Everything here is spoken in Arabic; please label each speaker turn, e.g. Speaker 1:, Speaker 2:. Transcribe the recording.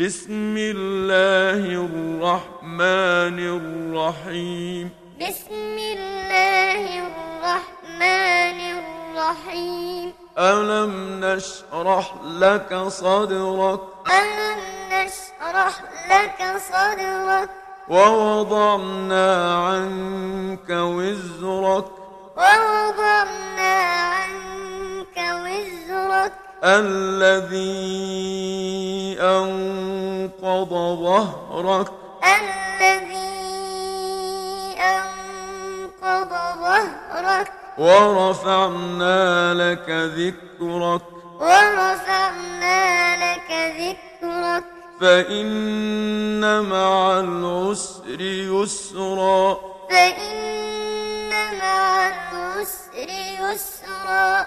Speaker 1: بسم الله الرحمن الرحيم
Speaker 2: بسم الله الرحمن الرحيم
Speaker 1: ألم نشرح لك صدرك
Speaker 2: ألم نشرح لك صدرك
Speaker 1: ووضعنا عنك وزرك
Speaker 2: ووضعنا عنك وزرك
Speaker 1: الذي أنقض ظهرك
Speaker 2: الذي أنقض ظهرك
Speaker 1: ورفعنا لك ذكرك
Speaker 2: ورفعنا لك ذكرك
Speaker 1: فإن مع العسر يسرا
Speaker 2: فإن مع العسر يسرا